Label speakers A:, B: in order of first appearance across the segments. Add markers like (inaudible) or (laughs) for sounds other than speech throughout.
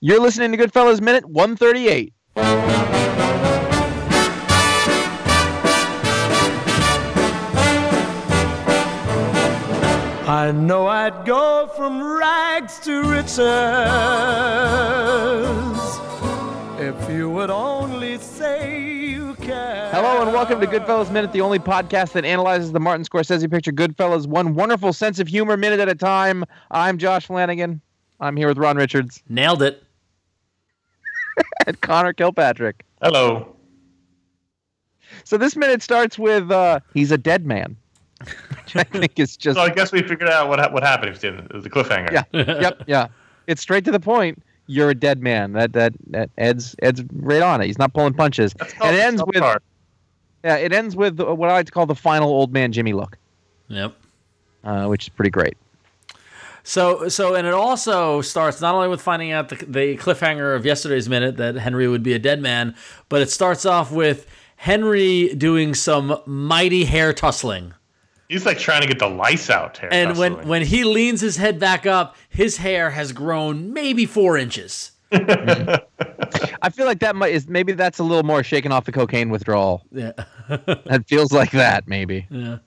A: You're listening to Goodfellas Minute 138.
B: I know I'd go from rags to riches if you would only say you care.
A: Hello and welcome to Goodfellas Minute, the only podcast that analyzes the Martin Scorsese picture Goodfellas one wonderful sense of humor minute at a time. I'm Josh Flanagan. I'm here with Ron Richards
C: Nailed it.
A: and Connor Kilpatrick.
D: Hello.
A: So this minute starts with uh, he's a dead man, which I think is just
D: So I guess we figured out what ha- what happened. It was the- it was the cliffhanger.
C: (laughs)
A: Yeah. yep. Yeah. It's straight to the point. You're a dead man. That that, that Ed's Ed's right on it. He's not pulling punches.
D: Oh,
A: it ends with
D: Pixar.
A: yeah, it ends with what I like to call the final old man Jimmy look,
C: Yep.
A: uh, which is pretty great.
C: So so and it also starts not only with finding out the, the cliffhanger of yesterday's minute that Henry would be a dead man, but it starts off with Henry doing some mighty hair tussling.
D: He's like trying to get the lice out here.
C: And when
D: constantly.
C: when he leans his head back up, his hair has grown maybe four inches.
A: I feel like that might is maybe that's a little more shaking off the cocaine withdrawal.
C: Yeah. (laughs)
A: That feels like that maybe.
C: Yeah.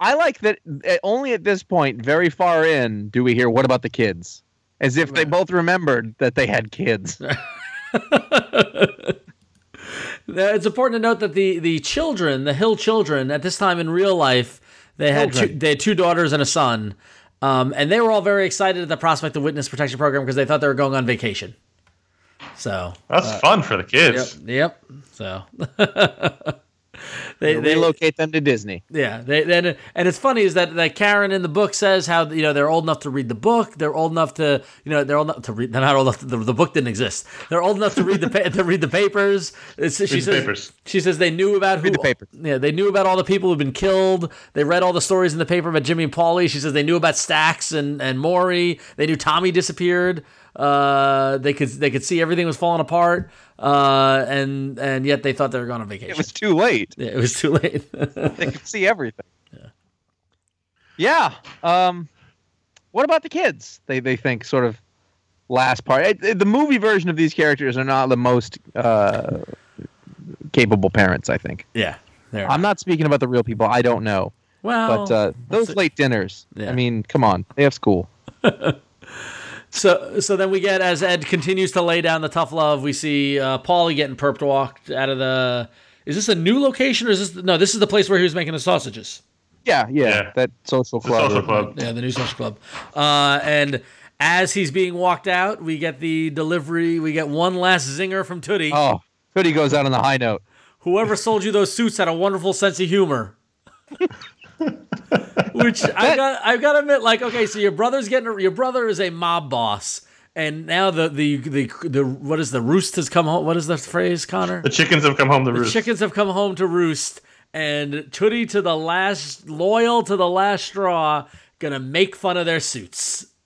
A: I like that uh, only at this point, very far in, do we hear what about the kids? As if they both remembered that they had kids.
C: Uh, It's important to note that the the children, the Hill children, at this time in real life, they had two,
A: Children.
C: they had two daughters and a son, um, and they were all very excited at the prospect of witness protection program because they thought they were going on vacation. So,
D: that's fun for the
C: yep,
D: kids.
C: yep. So (laughs) they
A: They
C: they (laughs)
A: locate them to Disney.
C: yeah they then and it's funny is that that Karen in the book says how you know they're old enough to read the book, they're old enough to you know they're old enough to read they're not old enough to, the, the book didn't exist. They're old enough to read the pa- (laughs) to read the papers. It's, she
D: the
C: says
D: papers.
C: she says they knew about who
A: the paper.
C: Yeah, they knew about all the people who've been killed. They read all the stories in the paper about Jimmy and Paulie. She says they knew about Stacks and and Maury. They knew Tommy disappeared. Uh, they could they could see everything was falling apart. Uh, and and yet they thought they were going on vacation.
A: It was too late.
C: Yeah, it was too late. (laughs)
A: they can see everything. Yeah. Um, what about the kids? They they think sort of last part. It- it- the movie version of these characters are not the most uh, capable parents. I think.
C: yeah, there.
A: I'm not speaking about the real people. I don't know.
C: well,
A: But uh, those
C: see.
A: late dinners.
C: Yeah.
A: I mean, come on. They have school.
C: So, so then we get as Ed continues to lay down the tough love, we see uh, Paulie getting perp walked out of the. Is this a new location or is this the- no? This is the place where he was making the sausages.
A: Yeah, yeah.
D: Yeah.
A: That social
D: The
A: club.
D: social club.
C: Yeah, the new sausage club. Uh, and as he's being walked out, we get the delivery. We get one last zinger from Tootie.
A: Oh, Hoodie goes out on the high note.
C: Whoever sold you those suits had a wonderful sense of humor. Which I got, I got to admit, like, okay, so your brother's getting, your brother is a mob boss, and now the the the, the what is the roost has come home? What is the phrase, Connor?
D: The chickens have come home to
C: The
D: roost.
C: chickens have come home to roost, and Tootie to the last, loyal to the last straw, gonna make fun of their suits. (laughs)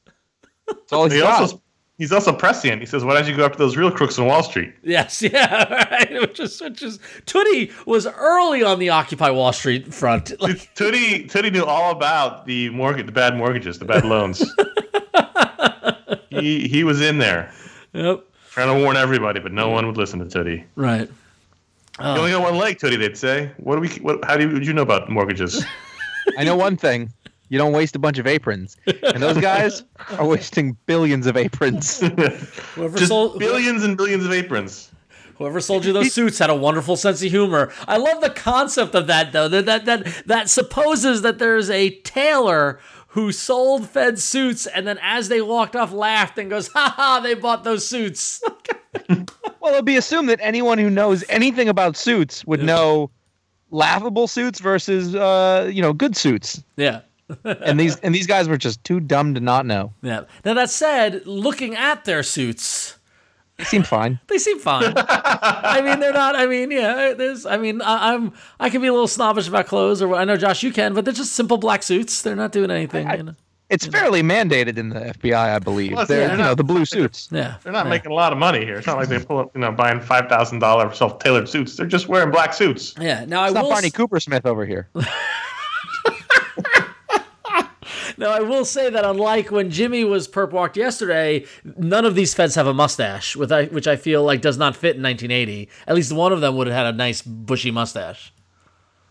A: It's all he's
D: he
A: got.
D: also, he's also prescient. He says, "Why don't you go after those real crooks on Wall Street?"
C: Yes, yeah, right. Which is which is Tootie was early on the Occupy Wall Street front. (laughs) Like,
D: Tootie, Tootie knew all about the mortgage, the bad mortgages, the
C: (laughs)
D: bad loans. he he was in there
C: yep,
D: trying to warn everybody, but no one would listen to Tootie.
C: right. Oh.
D: You only got one leg, Tootie. They'd say, "What do we? What, how do you, what do you know
C: (laughs)
D: about mortgages?"
A: I know one thing. You don't waste a bunch of aprons. And those guys are wasting billions of aprons.
C: Whoever
D: Just
C: sold
D: billions and billions of aprons.
C: whoever sold you those suits had a wonderful sense of humor. I love the concept of that though. That that that, that supposes that there's a tailor who sold Fed suits and then as they walked off laughed and goes, "Ha ha, they bought those suits." (laughs)
A: Well, it'd be assumed that anyone who knows anything about suits would know laughable suits versus uh, you know good suits.
C: yeah.
A: And these and these guys were just too dumb to not know.
C: Yeah. Now that said, looking at their suits,
A: It seemed fine.
C: They seem fine. I mean, they're not. I mean, yeah. There's. I mean, I, I'm. I can be a little snobbish about clothes, or what- I know Josh, you can, but they're just simple black suits. They're not doing anything. you know?
A: It's fairly mandated in the FBI, I believe.
D: Well,
A: They're
D: yeah,
A: you know the blue
D: (laughs)
A: suits.
C: Yeah.
D: They're not making a lot of money here. It's not like they pull up, you know, buying five thousand dollar self tailored suits. They're just wearing black suits.
C: Yeah. Now I
A: It's not
C: will.
A: Barney
C: s-
A: Cooper Smith over here.
C: Now I will say that unlike when Jimmy was perp walked yesterday, none of these feds have a mustache, with I, which I feel like does not fit in 1980. At least one of them would have had a nice bushy mustache.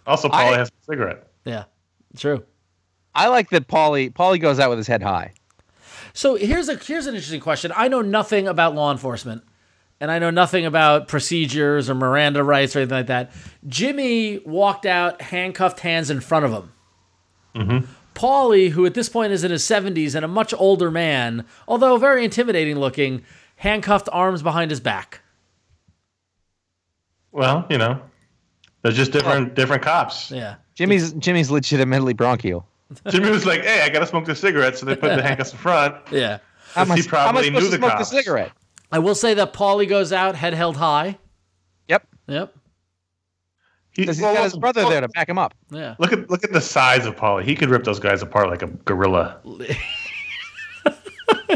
D: Also, Polly
A: I-
D: has a cigarette.
C: Yeah, true.
A: I like that Paulie Paulie goes out with his head high.
C: So here's a here's an interesting question. I know nothing about law enforcement, and I know nothing about procedures or Miranda rights or anything like that. Jimmy walked out handcuffed hands in front of him. Mm-hmm. Paulie, who at this point is in his 70s and a much older man, although very intimidating looking, handcuffed arms behind his back.
D: Well, you know, they're just different different cops.
C: Yeah.
A: Jimmy's Jimmy's legitimately bronchial.
D: Jimmy was like, "Hey, I gotta smoke this cigarette," so they put the handcuffs in front.
C: Yeah.
A: How am I-
D: he
A: how am I
D: probably
A: supposed
D: knew
A: to
D: the
A: smoke
D: cops.
A: the cigarette?
C: I will say that Paulie goes out head held high.
A: Yep,
C: Yep.
D: He,
A: because he's
D: well,
A: got his brother
D: well,
A: there to back him up.
C: Yeah.
D: Look at look at the size of Polly. He could rip those guys apart like a gorilla.
C: (laughs)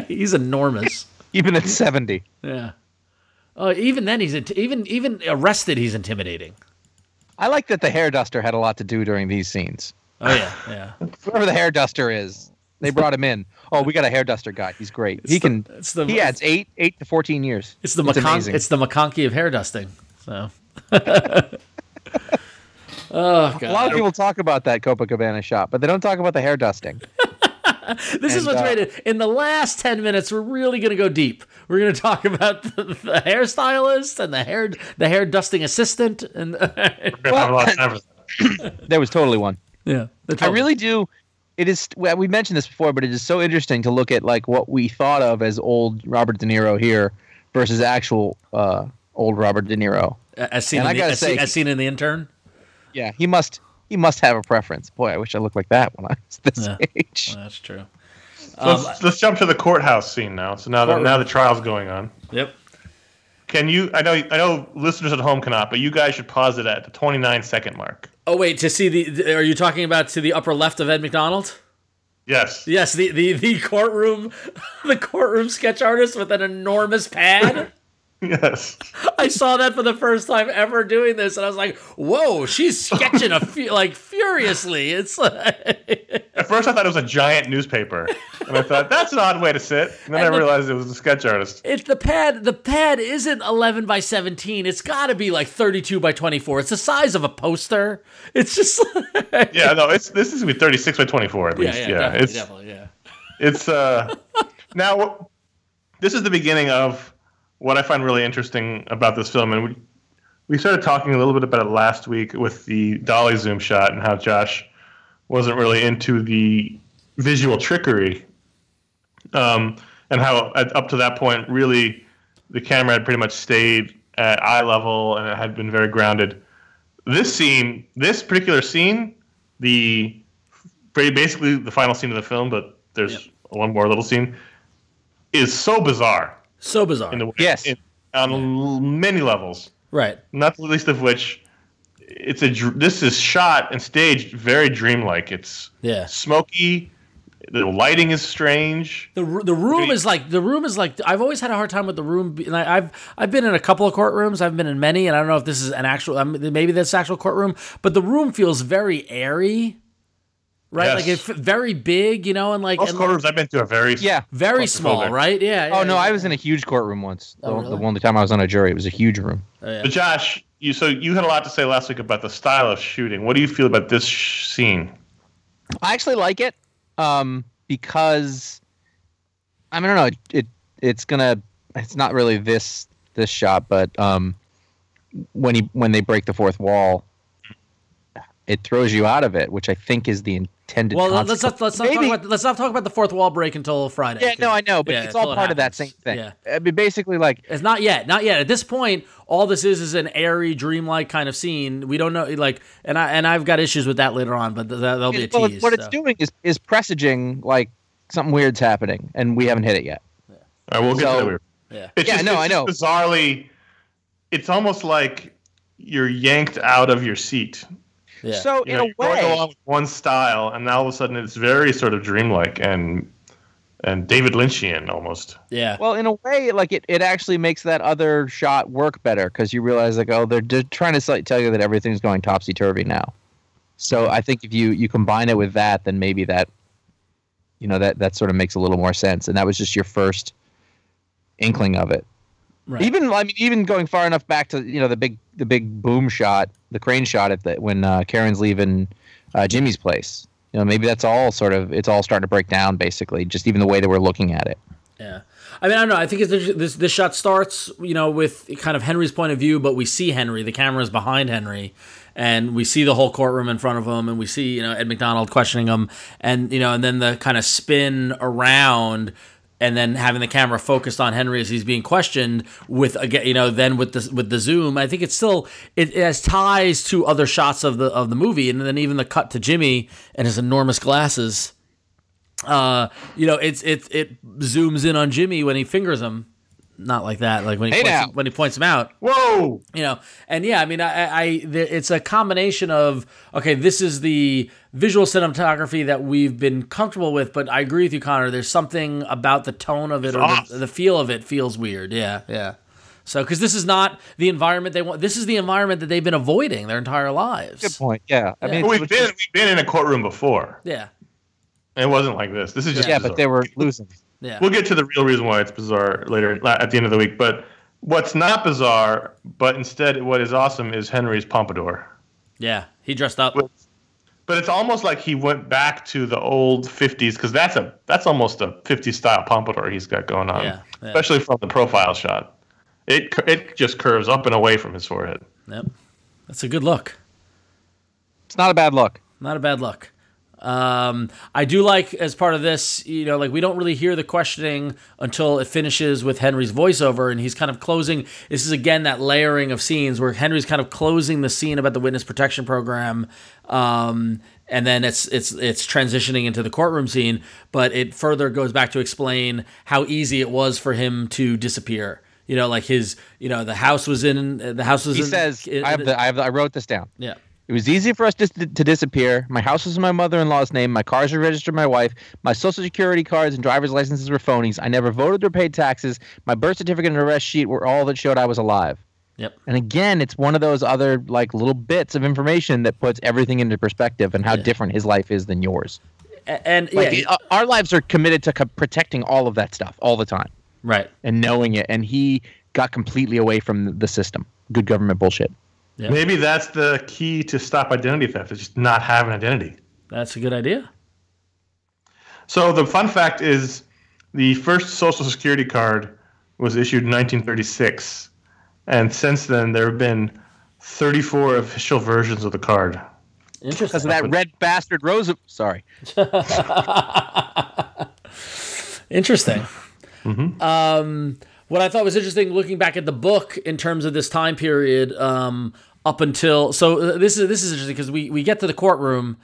C: He's enormous.
A: Even at seventy,
C: (laughs) Yeah. Uh, even then, he's int- even even arrested. He's intimidating.
A: I like that the hair duster had a lot to do during these scenes.
C: Oh yeah, yeah.
A: Whoever the hair duster is, they brought him in. Oh, we got a hair duster guy. He's great. he can.
C: it's the-
A: he adds eight eight to fourteen years.
C: It's the
A: it's
C: McCon-
A: amazing.
C: it's the McConkey of hair dusting.
A: (laughs)
C: So.
A: a
C: oh
A: lot
C: god.
A: of people talk about that Copacabana shop, but they don't talk about the hair dusting.
C: This
A: and,
C: is what's
A: uh,
C: rated. In the last ten minutes, we're really gonna go deep. We're gonna talk about the, the hairstylist and the hair the hair dusting assistant and (laughs)
D: We're gonna have a lot of time for that.
A: There was totally one.
C: yeah. the
A: I
C: total-
A: really do. It is. well, We mentioned this before, but it is so interesting to look at like what we thought of as old Robert De Niro here versus actual uh, old Robert De Niro.
C: as seen
A: and
C: in
A: I
C: the,
A: gotta
C: as, seen-
A: say-
C: as seen in the intern.
A: Yeah, he must. He must have a preference. Boy, I wish I looked like that when I was this
C: Yeah.
A: age.
C: That's true.
D: Let's, let's jump to the courthouse scene now. So now that now the trial's going on.
C: Yep.
D: Can you? I know. I know. Listeners at home cannot, but you guys should pause it at the 29 second mark.
C: Oh wait, to see the, the are you talking about to the upper left of Ed McDonald?
D: Yes.
C: Yes, the the, the courtroom (laughs) the courtroom sketch artist with an enormous pad.
D: (laughs) Yes.
C: I saw that for the first time ever doing this, and I was like, "Whoa, she's sketching a fu- like furiously." It's like,
D: At first, I thought it was a giant newspaper, and I thought that's an odd way to sit. And then
C: And
D: I
C: the-
D: realized it was a sketch artist.
C: it's the pad. The pad isn't eleven by seventeen. It's got to be like thirty-two by twenty-four. It's the size of a poster. It's just (laughs) like,
D: Yeah. No. It's this is gonna be 36 by 24 at least. Yeah.
C: definitely,
D: it's
C: definitely, yeah.
D: it's uh now this is the beginning of what I find really interesting about this film, and we we started talking a little bit about it last week with the dolly zoom shot and how Josh wasn't really into the visual trickery, um, and how at, up to that point really the camera had pretty much stayed at eye level and it had been very grounded. This scene, this particular scene, the pretty basically the final scene of the film, but there's one more little scene, is so bizarre
C: So bizarre,
D: in the
A: Yes.
D: in, on l- many levels.
C: right?
D: Not the least of which, it's a dr- this is shot and staged very dreamlike. It's
C: Yeah.
D: smoky. The lighting is strange.
C: The, r- the room
D: Great.
C: is like the room is like I've always had a hard time with the room be- and I, I've I've been in a couple of courtrooms I've been in many and I don't know if this is an actual um, maybe that's actual courtroom but the room feels very airy right
D: Yes.
C: like it's very big you know and like
D: Most
C: and
D: courtrooms I've been to are very
A: Yeah.
C: very small
D: building.
C: right yeah,
A: Oh
C: yeah,
A: no,
C: yeah.
A: I was in a huge courtroom once. The,
C: Oh, really?
A: the only time I was on a jury, it was a huge room.
D: But Josh, you so you had a lot to say last week about the style of shooting. What do you feel about this sh- scene?
A: I actually like it um, because I mean, I don't know. It it's gonna. It's not really this this shot, but um, when he when they break the fourth wall, it throws you out of it, which I think is the intended.
C: well let's
A: consequence.
C: not let's not
A: Maybe-
C: talk about let's not talk about the fourth wall break until Friday
A: Yeah,
C: 'cause-
A: no, I know, but
C: yeah,
A: it's
C: until
A: all
C: it
A: part of that same
C: happens.
A: thing.
C: yeah
A: I mean, basically, like
C: It's not yet, not yet. At this point, all this is is an airy, dreamlike kind of scene. We don't know, like, and I and I've got issues with that later on, but th- that, that'll be a
A: well,
C: tease.
A: what it's
C: so.
A: doing is is presaging like something weird's happening, and we haven't hit it yet.
D: All right, we'll get
A: So-
D: to that.
C: Yeah.
D: It's
A: Yeah,
D: just,
A: no,
D: it's
A: I know.
D: just Bizarrely, it's almost like you're yanked out of your seat.
C: Yeah.
A: So
D: You
A: in
D: know,
A: a
D: you're going
A: way,
D: along with one style, and now all of a sudden it's very sort of dreamlike and and David Lynchian almost.
C: yeah.
A: Well, in a way, like it, it actually makes that other shot work better because you realize like, oh, they're just trying to slightly tell you that everything's going topsy turvy now. So I think if you you combine it with that, then maybe that you know that that sort of makes a little more sense. And that was just your first inkling of it.
C: Right.
A: Even I mean, even going far enough back to you know the big the big boom shot, the crane shot at the when uh, Karen's leaving uh, Jimmy's place. You know, maybe that's all sort of it's all starting to break down. Basically, just even the way that we're looking at it.
C: Yeah. I mean, I don't know. I think it's, inter- this this shot starts, you know, with kind of Henry's point of view, but we see Henry. The camera is behind Henry, and we see the whole courtroom in front of him, and we see you know Ed McDonald questioning him, and you know, and then the kind of spin around, and then having the camera focused on Henry as he's being questioned with again, you know, then with the with the zoom. I think it's still it, it has ties to other shots of the of the movie, and then even the cut to Jimmy and his enormous glasses uh, you know, it's it it zooms in on Jimmy when he fingers him. Not like that, like when he
A: Hey now.
C: points, when he points him out,
D: Whoa!
C: you know. And yeah, I mean, I, I, I there, it's a combination of okay, this is the visual cinematography that we've been comfortable with, but I agree with you, Connor. There's something about the tone of it or
D: off.
C: the, the feel of it feels weird. Yeah, yeah. So because this is not the environment they want. This is the environment that they've been avoiding their entire
A: Good
C: lives.
A: point. Yeah, I mean,
D: But We've
A: it's-
D: been we've been in a courtroom before.
C: Yeah,
D: It wasn't like this. This is just
A: yeah,
D: bizarre.
A: but they were losing.
C: yeah.
D: We'll get to the real reason why it's bizarre later la- at the end of the week. But what's not bizarre, but instead what is awesome is Henry's pompadour.
C: yeah, he dressed up.
D: But but it's almost like he went back to the old 50s because that's a that's almost a 50s style pompadour he's got going on,
C: Yeah, yeah.
D: especially from the profile shot. It cur- it just curves up and away from his forehead.
C: Yep, that's a good look.
A: It's not a bad look.
C: not a bad look. Um, I do like as part of this, you know, like we don't really hear the questioning until it finishes with Henry's voiceover, and he's kind of closing. This is again that layering of scenes where Henry's kind of closing the scene about the witness protection program, um, and then it's it's it's transitioning into the courtroom scene. But it further goes back to explain how easy it was for him to disappear. You know, like his, you know, the house was in the house was.
A: He
C: in,
A: says,
C: in-
A: "I have the, I have the, I wrote this down.
C: yeah,
A: It was easy for us to, to disappear. My house was in my mother-in-law's name. My cars were registered to my wife. My social security cards and driver's licenses were phonies. I never voted or paid taxes. My birth certificate and arrest sheet were all that showed I was alive.
C: yep,
A: And again, it's one of those other like little bits of information that puts everything into perspective and how different his life is than yours.
C: A- and
A: Like
C: yeah,
A: uh, our lives are committed to co- protecting all of that stuff all the time
C: right.
A: and knowing it. And he got completely away from the system. Good government bullshit.
C: Yeah.
D: Maybe that's the key to stop identity theft. is just not have an identity.
C: That's a good idea.
D: So the fun fact is, the first Social Security card was issued in 1936, and since then there have been 34 official versions of the card.
A: Because
C: Interesting.
A: of that red bastard Rosa. Sorry.
C: Interesting.
D: (laughs) Mm-hmm.
C: Um, what I thought was interesting, looking back at the book in terms of this time period, um, up until so uh, this is this is interesting because we we get to the courtroom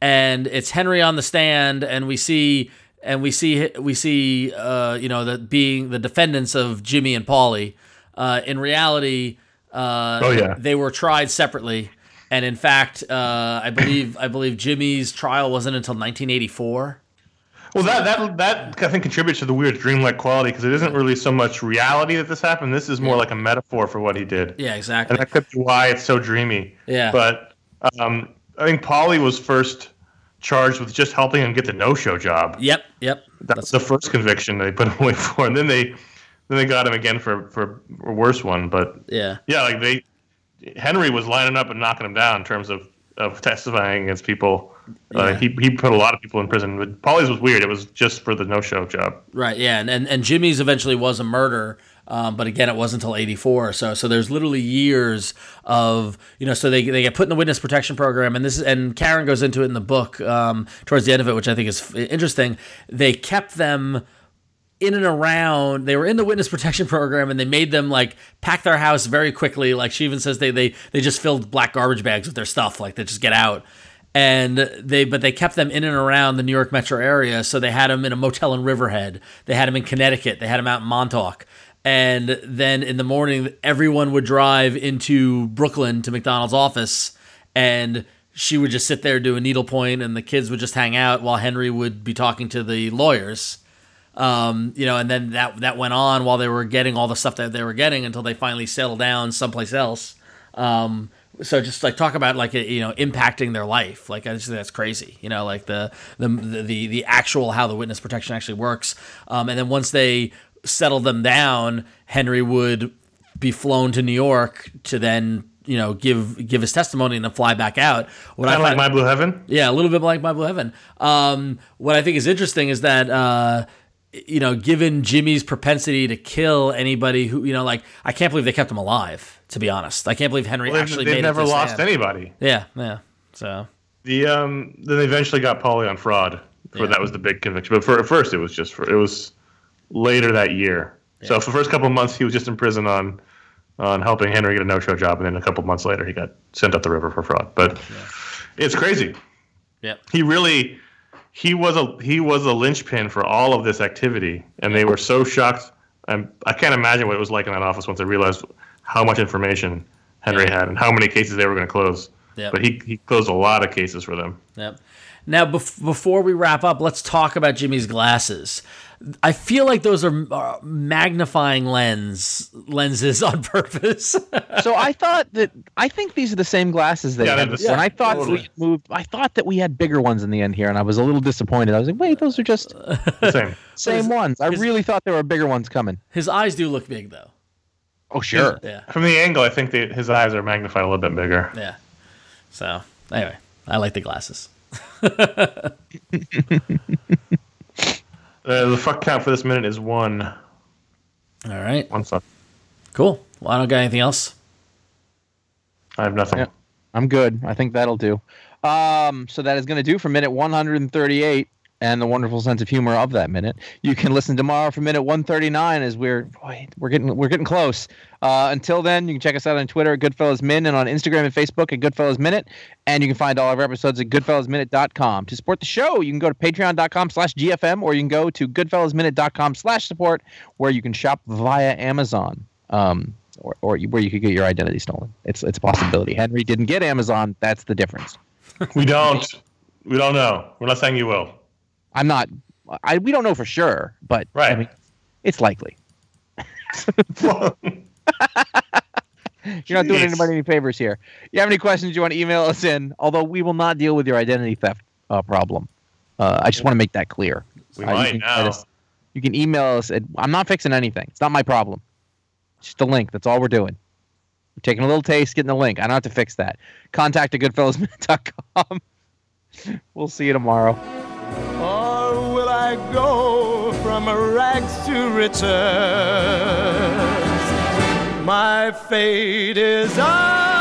C: and it's Henry on the stand and we see and we see we see uh, you know the being the defendants of Jimmy and Polly. Uh, in reality, uh,
D: Oh, yeah.
C: they were tried separately. And in fact, uh, I believe I believe Jimmy's trial wasn't until 1984.
D: Well, that that that I think contributes to the weird dreamlike quality because it isn't really so much reality that this happened. This is more like a metaphor for what he did,
C: Yeah, exactly.
D: and that could be why it's so dreamy.
C: Yeah.
D: But um, I think Polly was first charged with just helping him get the no-show job.
C: Yep, yep.
D: That was the first conviction they put (laughs) him away for, and then they then they got him again for for a worse one. But
C: Yeah,
D: yeah, like they Henry was lining up and knocking him down in terms of of testifying against people. Uh,
C: Yeah.
D: he he put a lot of people in prison, but Polly's was weird. It was just for the no-show job.
C: right. Yeah, and and, and Jimmy's eventually was a murder, um, but again, it wasn't until '84. So so there's literally years of you know. So they they get put in the witness protection program, and this is, and Karen goes into it in the book um, towards the end of it, which I think is f- interesting. They kept them. in and around they were in the witness protection program and they made them like pack their house very quickly like she even says they they they just filled black garbage bags with their stuff like they just get out and they but they kept them in and around the New York metro area so they had them in a motel in Riverhead they had them in Connecticut they had them out in Montauk and then in the morning everyone would drive into Brooklyn to McDonald's office and she would just sit there doing needlepoint and the kids would just hang out while Henry would be talking to the lawyers um, you know, and then that that went on while they were getting all the stuff that they were getting until they finally settled down someplace else. Um, so just like talk about like you know impacting their life like i just think that's crazy you know like the the the, the actual how the witness protection actually works um, and then once they settle them down henry would be flown to new york to then you know give give his testimony and then fly back out what
D: Kind of
C: find-
D: like My Blue Heaven.
C: yeah, a little bit like My Blue Heaven. Um, what I think is interesting is that uh, you know, given Jimmy's propensity to kill anybody who you know, like I can't believe they kept him alive. To be honest, I can't believe Henry
D: They've,
C: actually
D: they've
C: made
D: never
C: it. to
D: lost
C: stand.
D: anybody.
C: Yeah, yeah. So
D: The um, then they eventually got Polly on fraud. For
C: Yeah.
D: that was the big conviction. But for at first, it was just for it was later that year. So for the first couple of months, he was just in prison on on helping Henry get a no show job, and then a couple months later, he got sent up the river for fraud. But it's crazy.
C: Yep.
D: He really he was a he was a linchpin for all of this activity, and they were so shocked. I'm, I can't imagine what it was like in that office once they realized how much information Henry had and how many cases they were going to close.
C: Yeah.
D: But he, he closed a lot of cases for them.
C: Yep. Now, bef- before we wrap up, let's talk about Jimmy's glasses. I feel like those are uh, magnifying lens lenses (laughs) on purpose.
A: so I thought that I think these are the same glasses that
D: Yeah,
A: you
D: they're
A: had
D: the
A: before. and I
D: same.
A: thought
D: Totally.
A: we moved. I thought that we had bigger ones in the end here, and I was a little disappointed. I was like, wait, those are just
D: The same.
A: same ones. I
C: is-
A: really thought there were bigger ones coming.
C: His eyes do look big, though.
A: Oh sure.
C: Yeah,
D: From the angle, I think they, his eyes are magnified a little bit bigger.
C: yeah. So anyway, I like the glasses.
D: Uh, the fuck count for this minute is one.
C: All right.
D: One fuck.
C: Cool. Well, I don't got anything else.
D: I have nothing.
A: Yeah. I'm good. I think that'll do. Um, so that is going to do for minute 138 and the wonderful sense of humor of that minute. You can listen tomorrow for minute 139 as we're boy, we're getting we're getting close. Uh, until then, you can check us out on Twitter at Goodfellas Min and on Instagram and Facebook at Goodfellas Minute. And you can find all of our episodes at goodfellasminute.com. To support the show, you can go to patreon.com slash GFM or you can go to goodfellasminute.com slash support where you can shop via Amazon. Um, or, or you- where you could get your identity stolen. It's it's a possibility. Henry didn't get Amazon. That's the difference.
D: We don't. We don't know. We're not saying you will.
A: I'm not. I we don't know for sure, but I
D: Right. (laughs)
A: mean, it's likely. You're not doing
D: Jeez.
A: anybody any favors here. You have any questions you want to email us in? Although we will not deal with your identity theft uh, problem. Uh, I just want to make that clear.
D: we
A: Uh, you
D: might
A: can
D: now.
A: let us- you can email us. At, I'm not fixing anything. It's not my problem. It's just a link. That's all we're doing. We're taking a little taste, getting the link. I don't have to fix that. Contact at goodfellasminute.com. (laughs) we'll see you tomorrow.
B: Or will I go from rags to riches? My fate is up.